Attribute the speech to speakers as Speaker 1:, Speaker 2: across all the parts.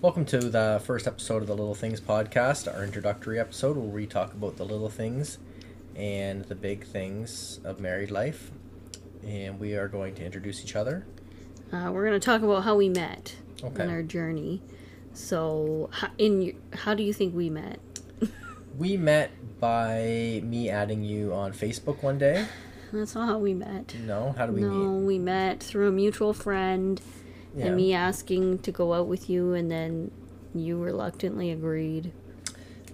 Speaker 1: Welcome to the first episode of the Little Things podcast, our introductory episode where we talk about the little things and the big things of married life. And we are going to introduce each other.
Speaker 2: Uh, we're going to talk about how we met
Speaker 1: Okay.
Speaker 2: on our journey. So, how, in your, how do you think we met?
Speaker 1: We met by me adding you on Facebook one day.
Speaker 2: That's not how we met.
Speaker 1: No, how do we
Speaker 2: no,
Speaker 1: meet?
Speaker 2: we met through a mutual friend and me asking to go out with you, and then you reluctantly agreed.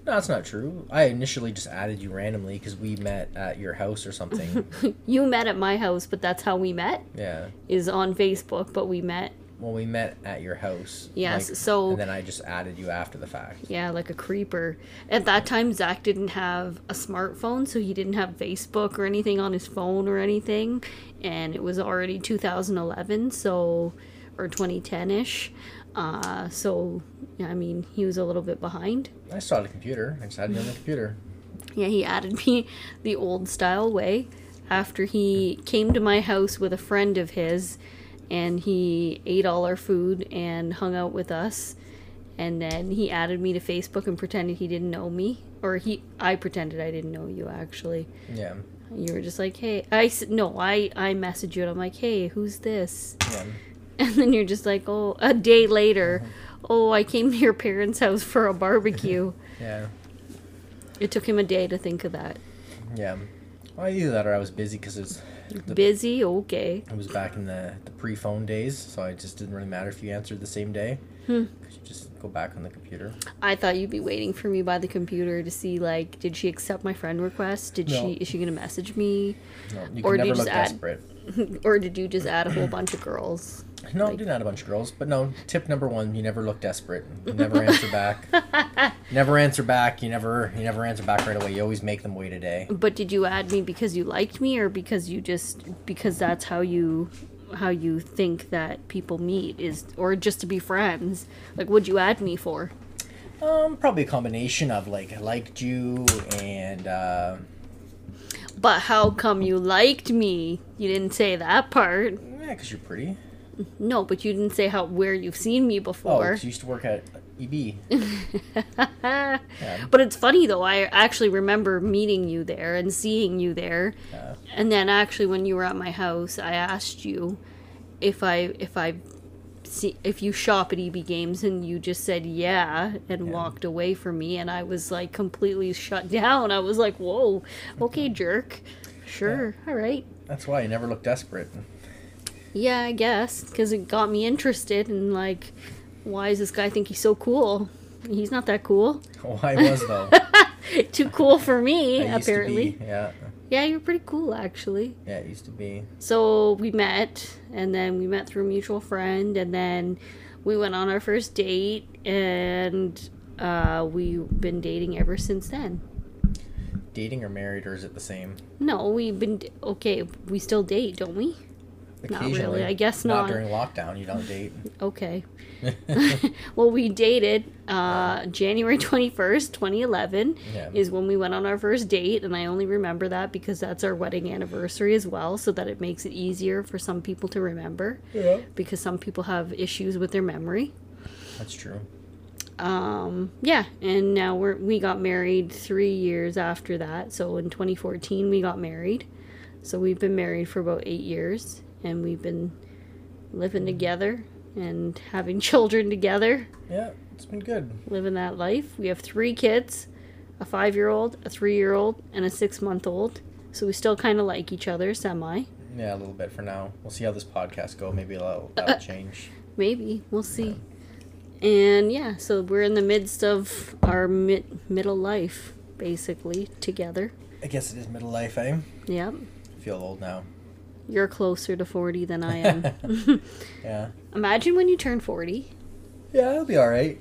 Speaker 1: No, that's not true. I initially just added you randomly because we met at your house or something.
Speaker 2: You met at my house, but that's how we met
Speaker 1: yeah.
Speaker 2: is on Facebook, but we met,
Speaker 1: Well, we met at your house.
Speaker 2: Yes,
Speaker 1: like,
Speaker 2: so-
Speaker 1: And then I just added you after the fact.
Speaker 2: yeah, like a creeper. At that time, Zach didn't have a smartphone, so he didn't have Facebook or anything on his phone or anything. And it was already 2011, so, or 2010 ish. Uh, so, I mean, he was a little bit behind.
Speaker 1: I still had a computer. I just added you on the computer.
Speaker 2: Yeah, he added me the old style way after he came to my house with a friend of his and he ate all our food and hung out with us and then he added me to Facebook and pretended he didn't know me or he I pretended I didn't know you actually.
Speaker 1: Yeah.
Speaker 2: You were just like, "Hey, I s- no, I I messaged you and I'm like, "Hey, who's this?"
Speaker 1: Yeah.
Speaker 2: And then you're just like, "Oh, a day later, oh, I came to your parents' house for a barbecue."
Speaker 1: Yeah.
Speaker 2: it took him a day to think of that.
Speaker 1: Yeah. Well, either that or I was busy because it was, the,
Speaker 2: Busy, okay.
Speaker 1: it was back in the, the pre phone days, so it just didn't really matter if you answered the same day.
Speaker 2: Hmm.
Speaker 1: Because you just go back on the computer.
Speaker 2: I thought you'd be waiting for me by the computer to see like, did she accept my friend request? Did
Speaker 1: No.
Speaker 2: she is she gonna message me?
Speaker 1: No, you
Speaker 2: Or
Speaker 1: can never
Speaker 2: do you
Speaker 1: look
Speaker 2: just add-
Speaker 1: desperate.
Speaker 2: Or did you just add a whole bunch of girls?
Speaker 1: No, I didn't add a bunch of girls, but no, tip number one, you never look desperate. You never answer back. never answer back. You never you never answer back right away. You always make them wait a day.
Speaker 2: But did you add me because you liked me or because you just because that's how you how you think that people meet is or just to be friends? Like what'd you add me for?
Speaker 1: Um, probably a combination of like I liked you and uh,
Speaker 2: But how come you liked me? You didn't say that part.
Speaker 1: yeah, because you're pretty.
Speaker 2: No, but you didn't say how where you've seen me
Speaker 1: Oh,
Speaker 2: before.
Speaker 1: 'cause you used to work at E EB. yeah.
Speaker 2: But it's funny though. I actually remember meeting you there and seeing you there.
Speaker 1: Yeah.
Speaker 2: And then actually, when you were at my house, I asked you if I if I see if you shop at EB Games, and you just said yeah and walked away from me, and I was like completely shut down. I was like, whoa, okay, jerk. Sure, all right.
Speaker 1: That's why I never look desperate.
Speaker 2: Yeah, I guess because it got me interested and like, why does this guy think he's so cool? He's not that cool.
Speaker 1: Oh, I was though.
Speaker 2: Too cool for me,
Speaker 1: I used
Speaker 2: apparently.
Speaker 1: To be. Yeah,
Speaker 2: Yeah, you're pretty cool actually.
Speaker 1: yeah, it used to be.
Speaker 2: So we met, and then we met through a mutual friend, and then we went on our first date, and uh, we've been dating ever since then.
Speaker 1: Dating or married, or is it the same?
Speaker 2: No, we've been d- okay. We still date, don't we? Not really, I guess not.
Speaker 1: during lockdown. You don't date.
Speaker 2: Okay. well, we dated uh, January twenty first, twenty eleven,
Speaker 1: Yeah.
Speaker 2: is when we went on our first date, and I only remember that because that's our wedding anniversary as well, so that it makes it easier for some people to remember
Speaker 1: yeah.
Speaker 2: because some people have issues with their memory.
Speaker 1: That's true.
Speaker 2: um yeah and now we're we got married three years after that so in 2014 we got married so we've been married for about eight years and we've been living together and having children together
Speaker 1: Yeah, it's been good.
Speaker 2: living that life we have three kids a five year old a three year old and a six month old so we still kind of like each other semi
Speaker 1: Yeah, a little bit for now. We'll see how this podcast go. Maybe that'll, that'll change.
Speaker 2: Maybe we'll see. And yeah, so we're in the midst of our mid- middle life, basically together.
Speaker 1: I guess it is middle life, eh?
Speaker 2: Yep,
Speaker 1: I feel old now.
Speaker 2: you're closer to forty than I am.
Speaker 1: Yeah.
Speaker 2: Imagine when you turn forty.
Speaker 1: Yeah, it'll be all right.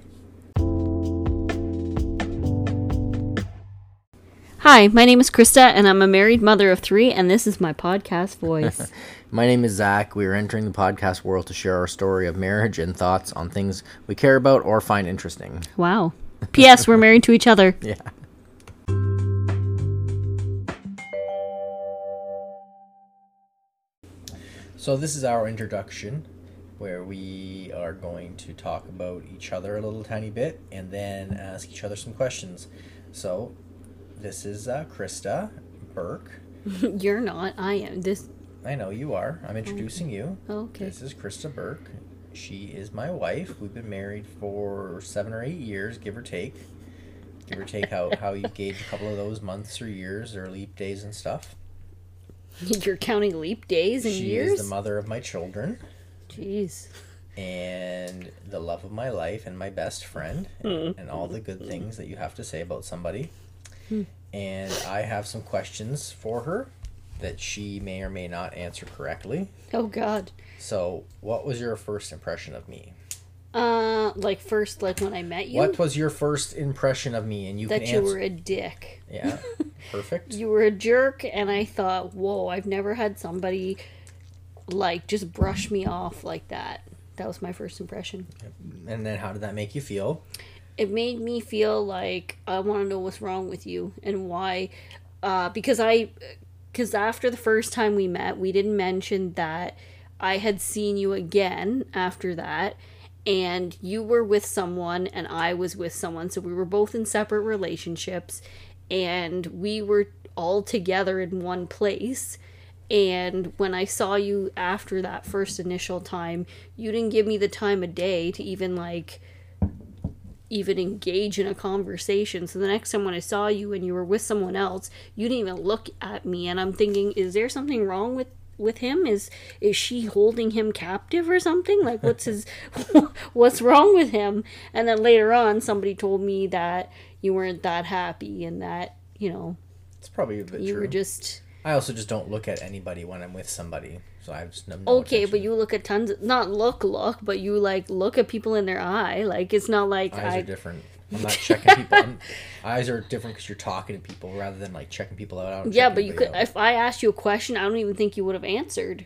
Speaker 2: Hi, my name is Krista, and I'm a married mother of three, and this is my podcast voice.
Speaker 1: My name is Zach. We are entering the podcast world to share our story of marriage and thoughts on things we care about or find interesting.
Speaker 2: wow. P.S. We're married to each other.
Speaker 1: Yeah. So this is our introduction, where we are going to talk about each other a little tiny bit and then ask each other some questions. So, this is uh, Krista Burke.
Speaker 2: You're not. I am. This.
Speaker 1: I know you are. I'm introducing you.
Speaker 2: Okay.
Speaker 1: This is Krista Burke. She is my wife. We've been married for seven or eight years, give or take. Give or take how, how you gauge a couple of those months or years or leap days and stuff.
Speaker 2: You're counting leap days and
Speaker 1: She
Speaker 2: years?
Speaker 1: is the mother of my children
Speaker 2: Jeez.
Speaker 1: and the love of my life and my best friend
Speaker 2: Hmm.
Speaker 1: and all the good things that you have to say about somebody.
Speaker 2: Hmm.
Speaker 1: And I have some questions for her that she may or may not answer correctly.
Speaker 2: Oh, God.
Speaker 1: So, what was your first impression of me?
Speaker 2: Uh, like first, like when I met you,
Speaker 1: What was your first impression of me? And you
Speaker 2: that
Speaker 1: can
Speaker 2: you
Speaker 1: answer.
Speaker 2: were a dick.
Speaker 1: Yeah, perfect.
Speaker 2: You were a jerk, and I thought, whoa, I've never had somebody like just brush me off like that. That was my first impression.
Speaker 1: And then, how did that make you feel?
Speaker 2: It made me feel like I want to know what's wrong with you and why. Uh, because I, because after the first time we met, we didn't mention that I had seen you again after that, and you were with someone and I was with someone. So we were both in separate relationships and we were all together in one place. And when I saw you after that first initial time, you didn't give me the time of day to even like even engage in a conversation. So the next time when I saw you and you were with someone else, you didn't even look at me and I'm thinking, is there something wrong with with him? Is is she holding him captive or something? Like what's his what's wrong with him? And then later on somebody told me that you weren't that happy and that, you know,
Speaker 1: It's probably a bit
Speaker 2: you
Speaker 1: true.
Speaker 2: were just
Speaker 1: I also just don't look at anybody when I'm with somebody, so I've just no.
Speaker 2: okay,
Speaker 1: attention.
Speaker 2: but you look at tons of, not look look, but you like look at people in their eye. Like it's not like
Speaker 1: eyes
Speaker 2: I
Speaker 1: are different. I'm not checking people. I'm, eyes are different because you're talking to people rather than like checking people out. I don't
Speaker 2: Yeah,
Speaker 1: check
Speaker 2: but you
Speaker 1: anybody
Speaker 2: could.
Speaker 1: out.
Speaker 2: If I asked you a question, I don't even think you would have answered,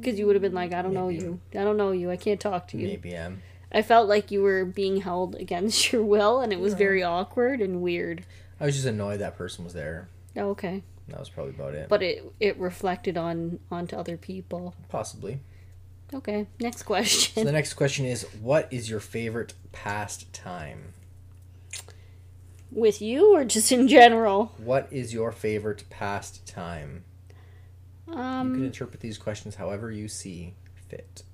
Speaker 2: because you would have been like, "I don't know
Speaker 1: Maybe.
Speaker 2: you. I don't know you. I can't talk to you."
Speaker 1: Maybe I'm.
Speaker 2: I felt like you were being held against your will, and it was very awkward and weird.
Speaker 1: I was just annoyed that person was there.
Speaker 2: Okay,
Speaker 1: That was probably about it.
Speaker 2: but it it reflected on onto other people.
Speaker 1: Possibly.
Speaker 2: Okay, next
Speaker 1: So
Speaker 2: question.
Speaker 1: the next question is, what is your favorite past time?
Speaker 2: With you or just in general?
Speaker 1: What is your favorite past time? you can
Speaker 2: Um,
Speaker 1: interpret these questions however you see fit.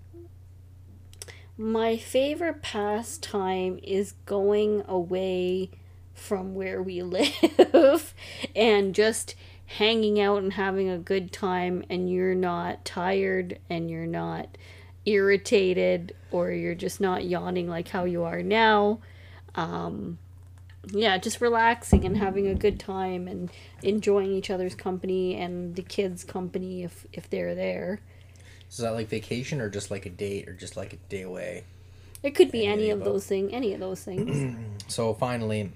Speaker 2: my favorite pastime is going away from where we live and just hanging out and having a good time and you're not tired and you're not irritated or you're just not yawning like how you are now um yeah just relaxing and having a good time and enjoying each other's company and the kids company if if they're there
Speaker 1: So is that like vacation or just like a date or just like a day away?
Speaker 2: it could be
Speaker 1: Any of
Speaker 2: any
Speaker 1: the
Speaker 2: of
Speaker 1: above.
Speaker 2: those things any of those things
Speaker 1: So finally,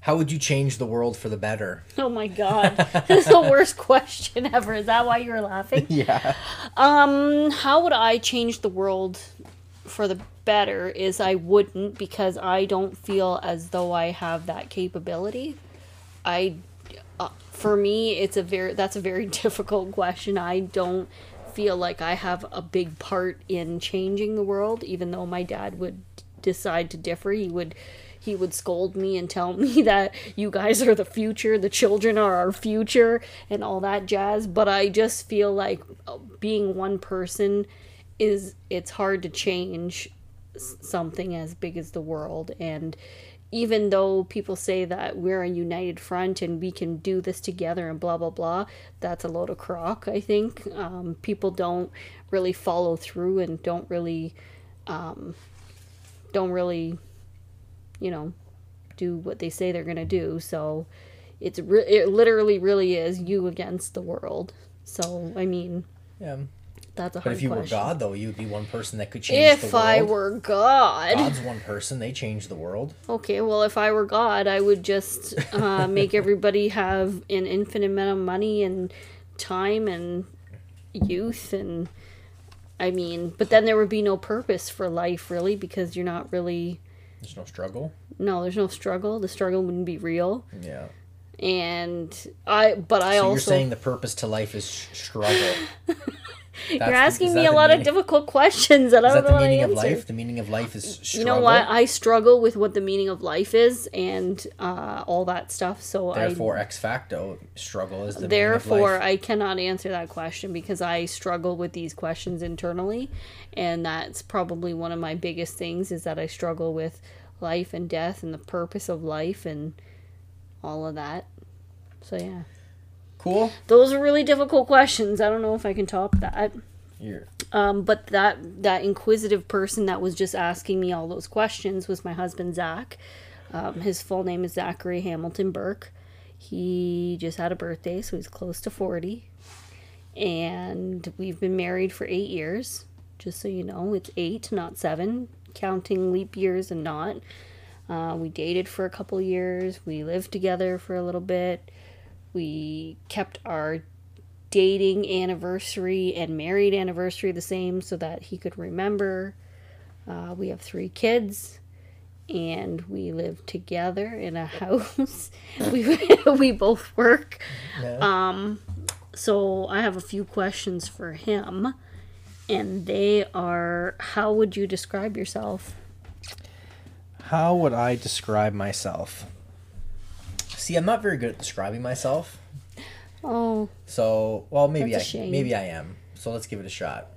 Speaker 1: how would you change the world for the better?
Speaker 2: Oh my god. this is the worst question ever. Is that why you were laughing?
Speaker 1: Yeah.
Speaker 2: Um, how would I change the world for the better is I wouldn't because I don't feel as though I have that capability. I uh, for me it's a very that's a very difficult question. I don't feel like I have a big part in changing the world even though my dad would decide to differ. He would he would scold me and tell me that you guys are the future, the children are our future, and all that jazz. But I just feel like uh, being one person is it's hard to change s- something as big as the world. And even though people say that we're a united front and we can do this together and blah blah blah, that's a load of crock. I think um, people don't really follow through and don't really um, don't really you know, do what they say they're going to do. So it's re- it literally really is you against the world. So I mean,
Speaker 1: Yeah.
Speaker 2: that's a
Speaker 1: But
Speaker 2: hard
Speaker 1: if you were
Speaker 2: question.
Speaker 1: God, though, you would be one person that could change the
Speaker 2: if
Speaker 1: world.
Speaker 2: I were God,
Speaker 1: God's one person; they change the world.
Speaker 2: okay. Well, if I were God, I would just uh, make everybody have an infinite amount of money and time and youth and I mean, but then there would be no purpose for life really because you're not really
Speaker 1: There's no struggle.
Speaker 2: no, there's no struggle. The struggle wouldn't be real.
Speaker 1: Yeah.
Speaker 2: And I, but I
Speaker 1: So
Speaker 2: also
Speaker 1: you're saying the purpose to life is sh- struggle. That's
Speaker 2: You're
Speaker 1: the-
Speaker 2: asking
Speaker 1: is
Speaker 2: me
Speaker 1: that
Speaker 2: a
Speaker 1: the
Speaker 2: lot
Speaker 1: meaning-
Speaker 2: of difficult questions that I
Speaker 1: Is
Speaker 2: don't
Speaker 1: that
Speaker 2: know
Speaker 1: the
Speaker 2: how to
Speaker 1: meaning of
Speaker 2: answer.
Speaker 1: life? The meaning of life is struggle.
Speaker 2: You know what? I struggle with what the meaning of life is and uh, all that stuff. So
Speaker 1: Therefore, ex facto, struggle is
Speaker 2: I,
Speaker 1: the meaning
Speaker 2: therefore,
Speaker 1: of life.
Speaker 2: I cannot answer that question because I struggle with these questions internally, and that's probably one of my biggest things is that I struggle with life and death and the purpose of life and all of that. So yeah,
Speaker 1: Cool.
Speaker 2: those are really difficult questions. I don't know if I can top that.
Speaker 1: You're,
Speaker 2: Um, but that that inquisitive person that was just asking me all those questions was my husband Zach. Um, his full name is Zachary Hamilton Burke. He just had a birthday, so he's close to forty, and we've been married for eight years. Just so you know, it's eight, not seven, counting leap years and not. Uh, we dated for a couple years. We lived together for a little bit. We kept our dating anniversary and married anniversary the same so that he could remember. Uh, we have three kids and we live together in a house. we, we both work. Um,
Speaker 1: yeah.
Speaker 2: So I have a few questions for him, and they are how would you describe yourself?
Speaker 1: How would I describe myself? See, I'm not very good at describing myself.
Speaker 2: Oh,
Speaker 1: So, well, maybe
Speaker 2: That's a
Speaker 1: I
Speaker 2: shame.
Speaker 1: maybe I am. So let's give it a shot.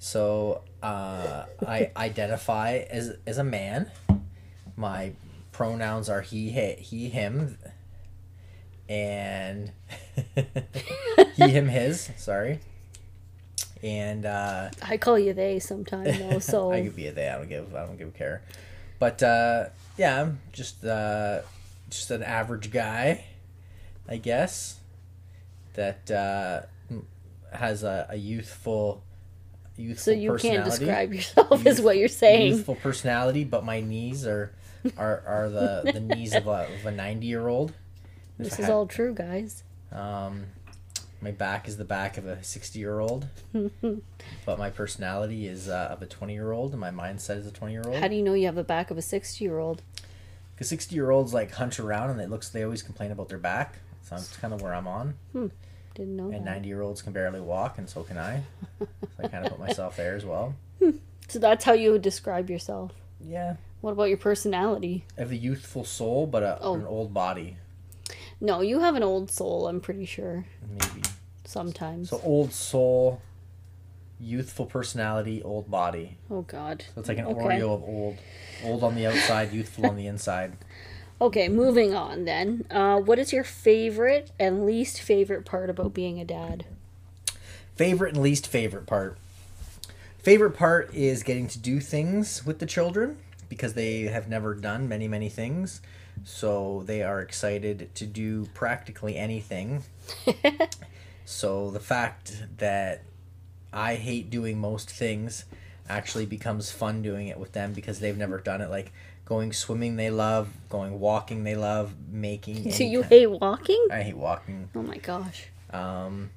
Speaker 1: So uh, I identify as as a man. My pronouns are he, he, he him, and he, him, his. Sorry. And uh,
Speaker 2: I call you they sometimes though, so
Speaker 1: I could be a they. I don't give. I don't give a care. But uh, yeah, I'm just uh, just an average guy, I guess. That uh, m- has a, a youthful,
Speaker 2: so
Speaker 1: youthful
Speaker 2: you can't
Speaker 1: personality.
Speaker 2: describe yourself is
Speaker 1: Youth-
Speaker 2: what you're saying.
Speaker 1: Youthful personality, but my knees are are, are the, the knees of a of a ninety year old.
Speaker 2: This is all true, guys.
Speaker 1: Um, my back is the back of a 60 year old, but my personality is uh, of a 20 year old, and my mindset is a 20 year
Speaker 2: How
Speaker 1: old.
Speaker 2: do you know you have the back of a 60 year old?
Speaker 1: Because 60 year olds like hunch around and they looks they always complain about their back. So that's kind of where I'm on.
Speaker 2: Didn't know
Speaker 1: And
Speaker 2: that.
Speaker 1: 90 year olds can barely walk, and so can I. So I kind of put myself there as well.
Speaker 2: So that's how you would describe yourself.
Speaker 1: Yeah,
Speaker 2: What about your personality?
Speaker 1: I have a youthful soul, but a,
Speaker 2: Oh.
Speaker 1: an old body,
Speaker 2: No, you have an old soul, I'm pretty sure.
Speaker 1: maybe.
Speaker 2: Sometimes.
Speaker 1: So old soul, youthful personality, old body.
Speaker 2: oh god.
Speaker 1: So it's like an
Speaker 2: Okay.
Speaker 1: Oreo of old, old on the outside, youthful on the inside.
Speaker 2: Okay, moving on then. Uh, what is your favorite and least favorite part about being a dad?
Speaker 1: favorite and least favorite part favorite part is getting to do things with the children because they have never done many many things so they are excited to do practically anything so the fact that i hate doing most things actually becomes fun doing it with them because they've never done it like going swimming they love going walking they love making
Speaker 2: So
Speaker 1: any
Speaker 2: you
Speaker 1: ki-
Speaker 2: hate walking?
Speaker 1: i hate walking
Speaker 2: Oh my gosh.
Speaker 1: um,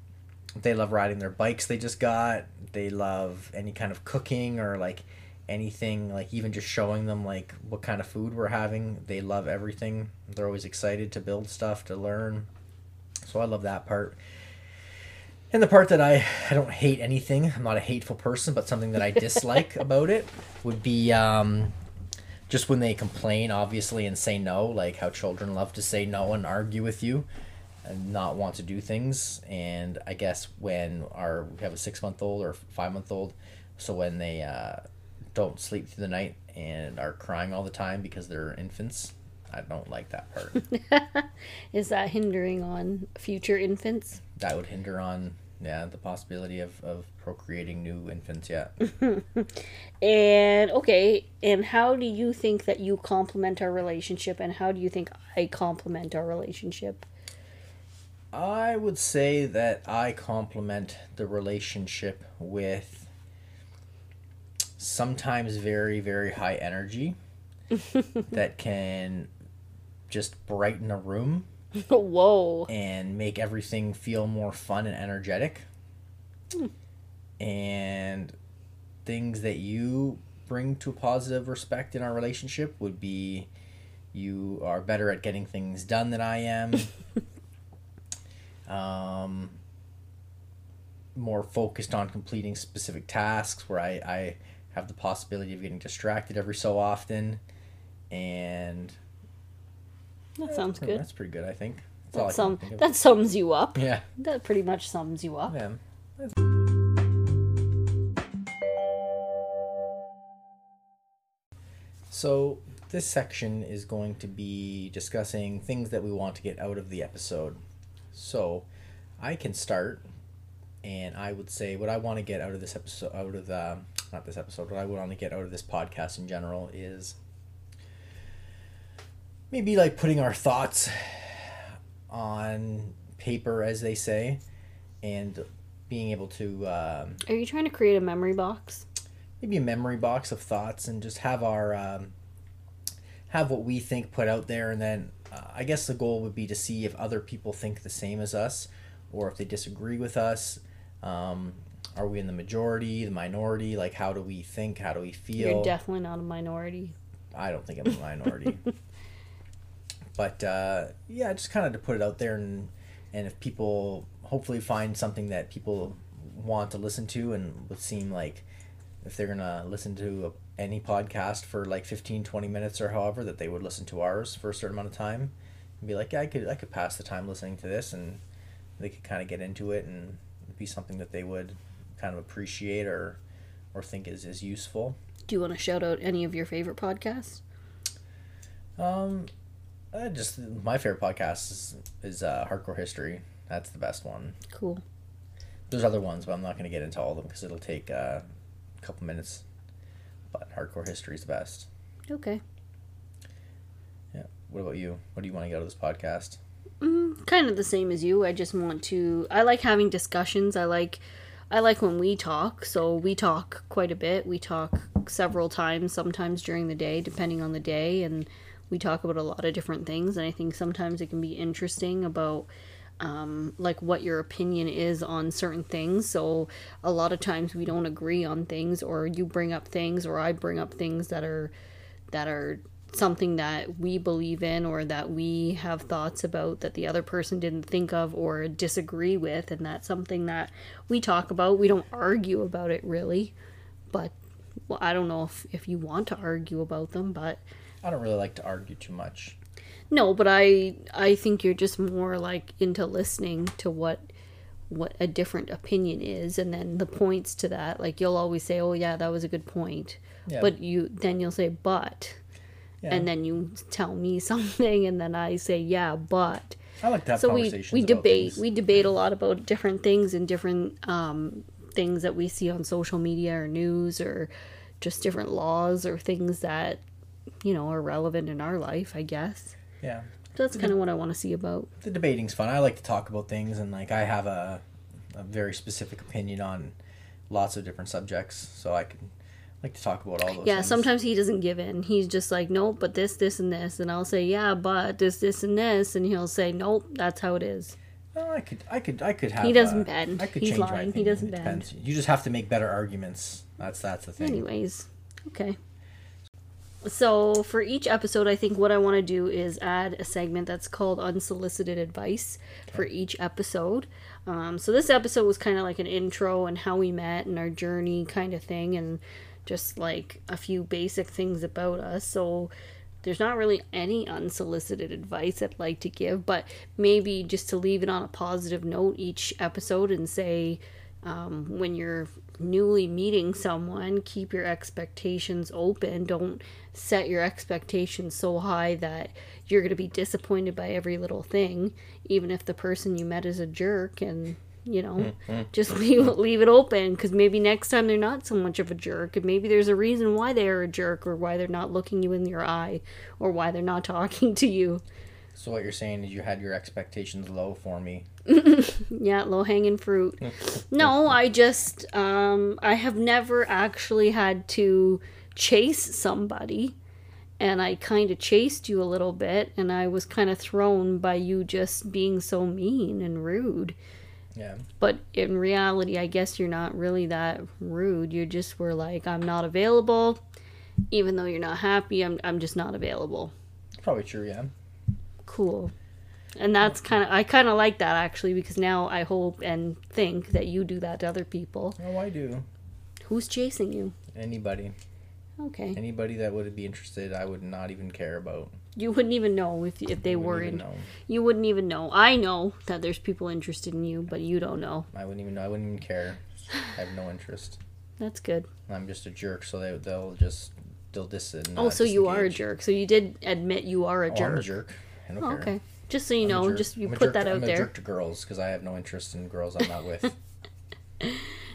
Speaker 1: they love riding their bikes they just got. They love any kind of cooking or like anything, like even just showing them like what kind of food we're having. They love everything. They're always excited to build stuff, to learn. So I love that part. And the part that I, I don't hate anything, I'm not a hateful person, but something that I dislike about it would be um, just when they complain, obviously, and say no, like how children love to say no and argue with you and not want to do things. And I guess when our we have a six month old or five month old, so when they uh, don't sleep through the night and are crying all the time because they're infants, I don't like that part.
Speaker 2: Is that hindering on future infants?
Speaker 1: that would hinder on yeah the possibility of, of procreating new infants. Yeah.
Speaker 2: And okay, and how do you think that you complement our relationship and how do you think I complement our relationship?
Speaker 1: I would say that I complement the relationship with sometimes very, very high energy that can just brighten a room
Speaker 2: Whoa.
Speaker 1: and make everything feel more fun and energetic. And things that you bring to positive respect in our relationship would be you are better at getting things done than I am. um, more focused on completing specific tasks where I, I have the possibility of getting distracted every so often. And
Speaker 2: That sounds good.
Speaker 1: that's pretty good, I think. That's all I
Speaker 2: That,
Speaker 1: can
Speaker 2: sum,
Speaker 1: think of.
Speaker 2: that sums you up.
Speaker 1: yeah.
Speaker 2: That pretty much sums you up.
Speaker 1: yeah. So, this section is going to be discussing things that we want to get out of the episode. So, I can start, and I would say what I want to get out of this episode, out of the, not this episode, what I would want to get out of this podcast in general is maybe like putting our thoughts on paper, as they say, and being able to um,
Speaker 2: Are you trying to create a memory box?
Speaker 1: maybe a memory box of thoughts and just have our um, have what we think put out there and then uh, i guess the goal would be to see if other people think the same as us or if they disagree with us um, are we in the majority the minority like how do we think how do we feel
Speaker 2: You're definitely not a minority.
Speaker 1: I don't think I'm a minority. but uh, yeah, just kind of to put it out there, and and if people hopefully find something that people want to listen to, and would seem like if they're gonna listen to a, any podcast for like 15, 20 minutes or however, that they would listen to ours for a certain amount of time, and be like, yeah, I could I could pass the time listening to this, and they could kind of get into it, and it'd be something that they would kind of appreciate or or think is is useful.
Speaker 2: Do you want to shout out any of your favorite podcasts?
Speaker 1: Um, I just my favorite podcast is, is uh, Hardcore History. That's the best one.
Speaker 2: Cool.
Speaker 1: There's other ones, but I'm not going to get into all of them because it'll take uh, a couple minutes. But Hardcore History is the best.
Speaker 2: Okay.
Speaker 1: What about you? What do you want to get out of this podcast?
Speaker 2: Mm, kind of the same as you. I just want to. I like having discussions. I like, I like when we talk. So we talk quite a bit. We talk several times, sometimes during the day, depending on the day, and we talk about a lot of different things. And I think sometimes it can be interesting about. Um, like what your opinion is on certain things. So, a lot of times we don't agree on things, or you bring up things, or I bring up things that are that are something that we believe in or that we have thoughts about that the other person didn't think of or disagree with and that's something that we talk about we don't argue about it really but well i don't know if, if you want to argue about them but
Speaker 1: I don't really like to argue too much.
Speaker 2: no but i i think you're just more like into listening to what what a different opinion is and then the points to that like you'll always say oh yeah that was a good point
Speaker 1: Yeah.
Speaker 2: but you then you'll say but
Speaker 1: Yeah.
Speaker 2: and then you tell me something and then i say yeah but
Speaker 1: I like to have
Speaker 2: so we
Speaker 1: conversations.
Speaker 2: we
Speaker 1: about
Speaker 2: debate
Speaker 1: things.
Speaker 2: we debate a lot about different things and different um, things that we see on social media or news or just different laws or things that you know are relevant in our life i guess
Speaker 1: yeah.
Speaker 2: so that's kind of what i want to see about
Speaker 1: the debating's fun. I like to talk about things, and like I have a, a very specific opinion on lots of different subjects, so I can like to talk about all those.
Speaker 2: yeah
Speaker 1: things.
Speaker 2: sometimes he doesn't give in he's just like nope but this this and this and i'll say yeah but this this and this and he'll say nope that's how it is
Speaker 1: No, I could, I could, I could have.
Speaker 2: He doesn't
Speaker 1: uh,
Speaker 2: bend.
Speaker 1: I could
Speaker 2: He's
Speaker 1: change my
Speaker 2: lying. He
Speaker 1: opinion.
Speaker 2: doesn't
Speaker 1: It depends. You just have to make better arguments. That's that's the thing.
Speaker 2: Anyways, okay. So for each episode, I think what I want to do is add a segment that's called unsolicited advice for each episode. Um, so this episode was kind of like an intro and how we met and our journey kind of thing, and just like a few basic things about us. So there's not really any unsolicited advice I'd like to give, but maybe just to leave it on a positive note each episode and say, um, when you're newly meeting someone, keep your expectations open. Don't set your expectations so high that you're going to be disappointed by every little thing, even if the person you met is a jerk. And, you know, just leave, leave it open because maybe next time they're not so much of a jerk. And maybe there's a reason why they're a jerk or why they're not looking you in your eye or why they're not talking to you.
Speaker 1: So what you're saying is you had your expectations low for me.
Speaker 2: Yeah, low hanging fruit. no, I just um I have never actually had to chase somebody and I kind of chased you a little bit and I was kind of thrown by you just being so mean and rude.
Speaker 1: Yeah.
Speaker 2: But in reality, I guess you're not really that rude. You just were like I'm not available. Even though you're not happy, I'm I'm just not available.
Speaker 1: Probably true. Yeah.
Speaker 2: Cool. And that's kind of I kind of like that actually because now I hope and think that you do that to other people.
Speaker 1: Oh, I do.
Speaker 2: Who's chasing you?
Speaker 1: Anybody,
Speaker 2: Okay.
Speaker 1: anybody that would be interested, I would not even care about.
Speaker 2: You wouldn't even know if if they
Speaker 1: I wouldn't
Speaker 2: were
Speaker 1: even
Speaker 2: in.
Speaker 1: know.
Speaker 2: You wouldn't even know. I know that there's people interested in you, but you don't know.
Speaker 1: I wouldn't even know. I wouldn't even care. I have no interest.
Speaker 2: That's good.
Speaker 1: I'm just a jerk, so they they'll just they'll dis. and not
Speaker 2: Oh, so you are a
Speaker 1: disengage.
Speaker 2: jerk. So you did admit you are a
Speaker 1: Oh,
Speaker 2: jerk.
Speaker 1: I'm a jerk. I don't
Speaker 2: Oh,
Speaker 1: care.
Speaker 2: okay. Just so you
Speaker 1: I'm a
Speaker 2: know,
Speaker 1: jerk.
Speaker 2: just you
Speaker 1: I'm a
Speaker 2: put
Speaker 1: jerk
Speaker 2: that
Speaker 1: to-
Speaker 2: out
Speaker 1: I'm
Speaker 2: there.
Speaker 1: a jerk to girls because I have no interest in girls I'm not with.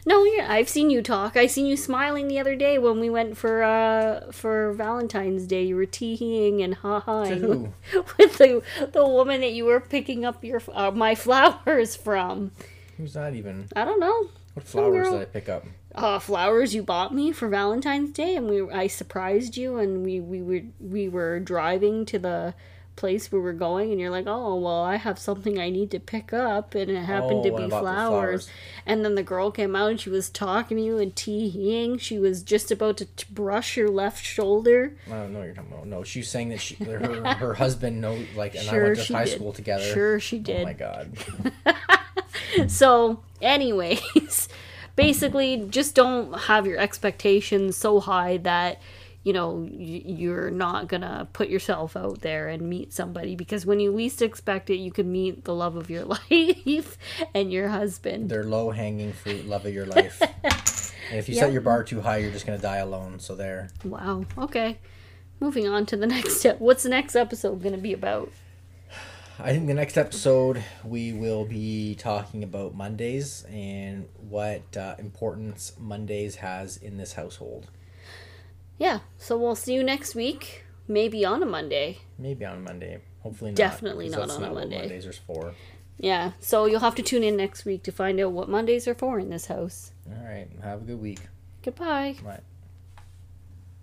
Speaker 2: No, yeah, I've seen you talk. I seen you smiling the other day when we went for uh for Valentine's Day. You were teeing and ha
Speaker 1: to
Speaker 2: haing
Speaker 1: who?
Speaker 2: with the the woman that you were picking up your uh, my flowers from.
Speaker 1: Who's not even?
Speaker 2: I don't know.
Speaker 1: What flowers
Speaker 2: girl.
Speaker 1: did I pick up?
Speaker 2: Uh, flowers you bought me for Valentine's Day, and we I surprised you, and we we were we were driving to the place we were going, and you're like, oh well, I have something I need to pick up, and it happened
Speaker 1: Oh,
Speaker 2: to
Speaker 1: I
Speaker 2: be
Speaker 1: bought the
Speaker 2: flowers.
Speaker 1: flowers.
Speaker 2: And then the girl came out, and she was talking to you and teeing. She was just about to t- brush your left shoulder.
Speaker 1: I don't know what you're talking about. No, she's saying that she, her, her husband know like, and I
Speaker 2: Sure,
Speaker 1: went to
Speaker 2: she
Speaker 1: high
Speaker 2: did.
Speaker 1: school together.
Speaker 2: Sure, she
Speaker 1: Oh
Speaker 2: did.
Speaker 1: my god.
Speaker 2: So, anyways, basically, just don't have your expectations so high that you know y- you're not gonna put yourself out there and meet somebody because when you least expect it, you can meet the love of your life and your husband.
Speaker 1: They're low hanging fruit, love of your life. and if you set
Speaker 2: Yep.
Speaker 1: your bar too high, you're just gonna die alone. So there.
Speaker 2: Wow. Okay. Moving on to the next step. What's the next episode gonna be about?
Speaker 1: I think the next episode we will be talking about Mondays and what uh, importance Mondays has in this household.
Speaker 2: Yeah. So we'll see you next week. Maybe on a Monday.
Speaker 1: Maybe on Monday. Hopefully not.
Speaker 2: Definitely
Speaker 1: 'cause
Speaker 2: not
Speaker 1: that's
Speaker 2: on a
Speaker 1: what
Speaker 2: Monday.
Speaker 1: Mondays are for.
Speaker 2: Yeah. So you'll have to tune in next week to find out what Mondays are for in this house.
Speaker 1: All right. Have a good week.
Speaker 2: Goodbye.
Speaker 1: Bye.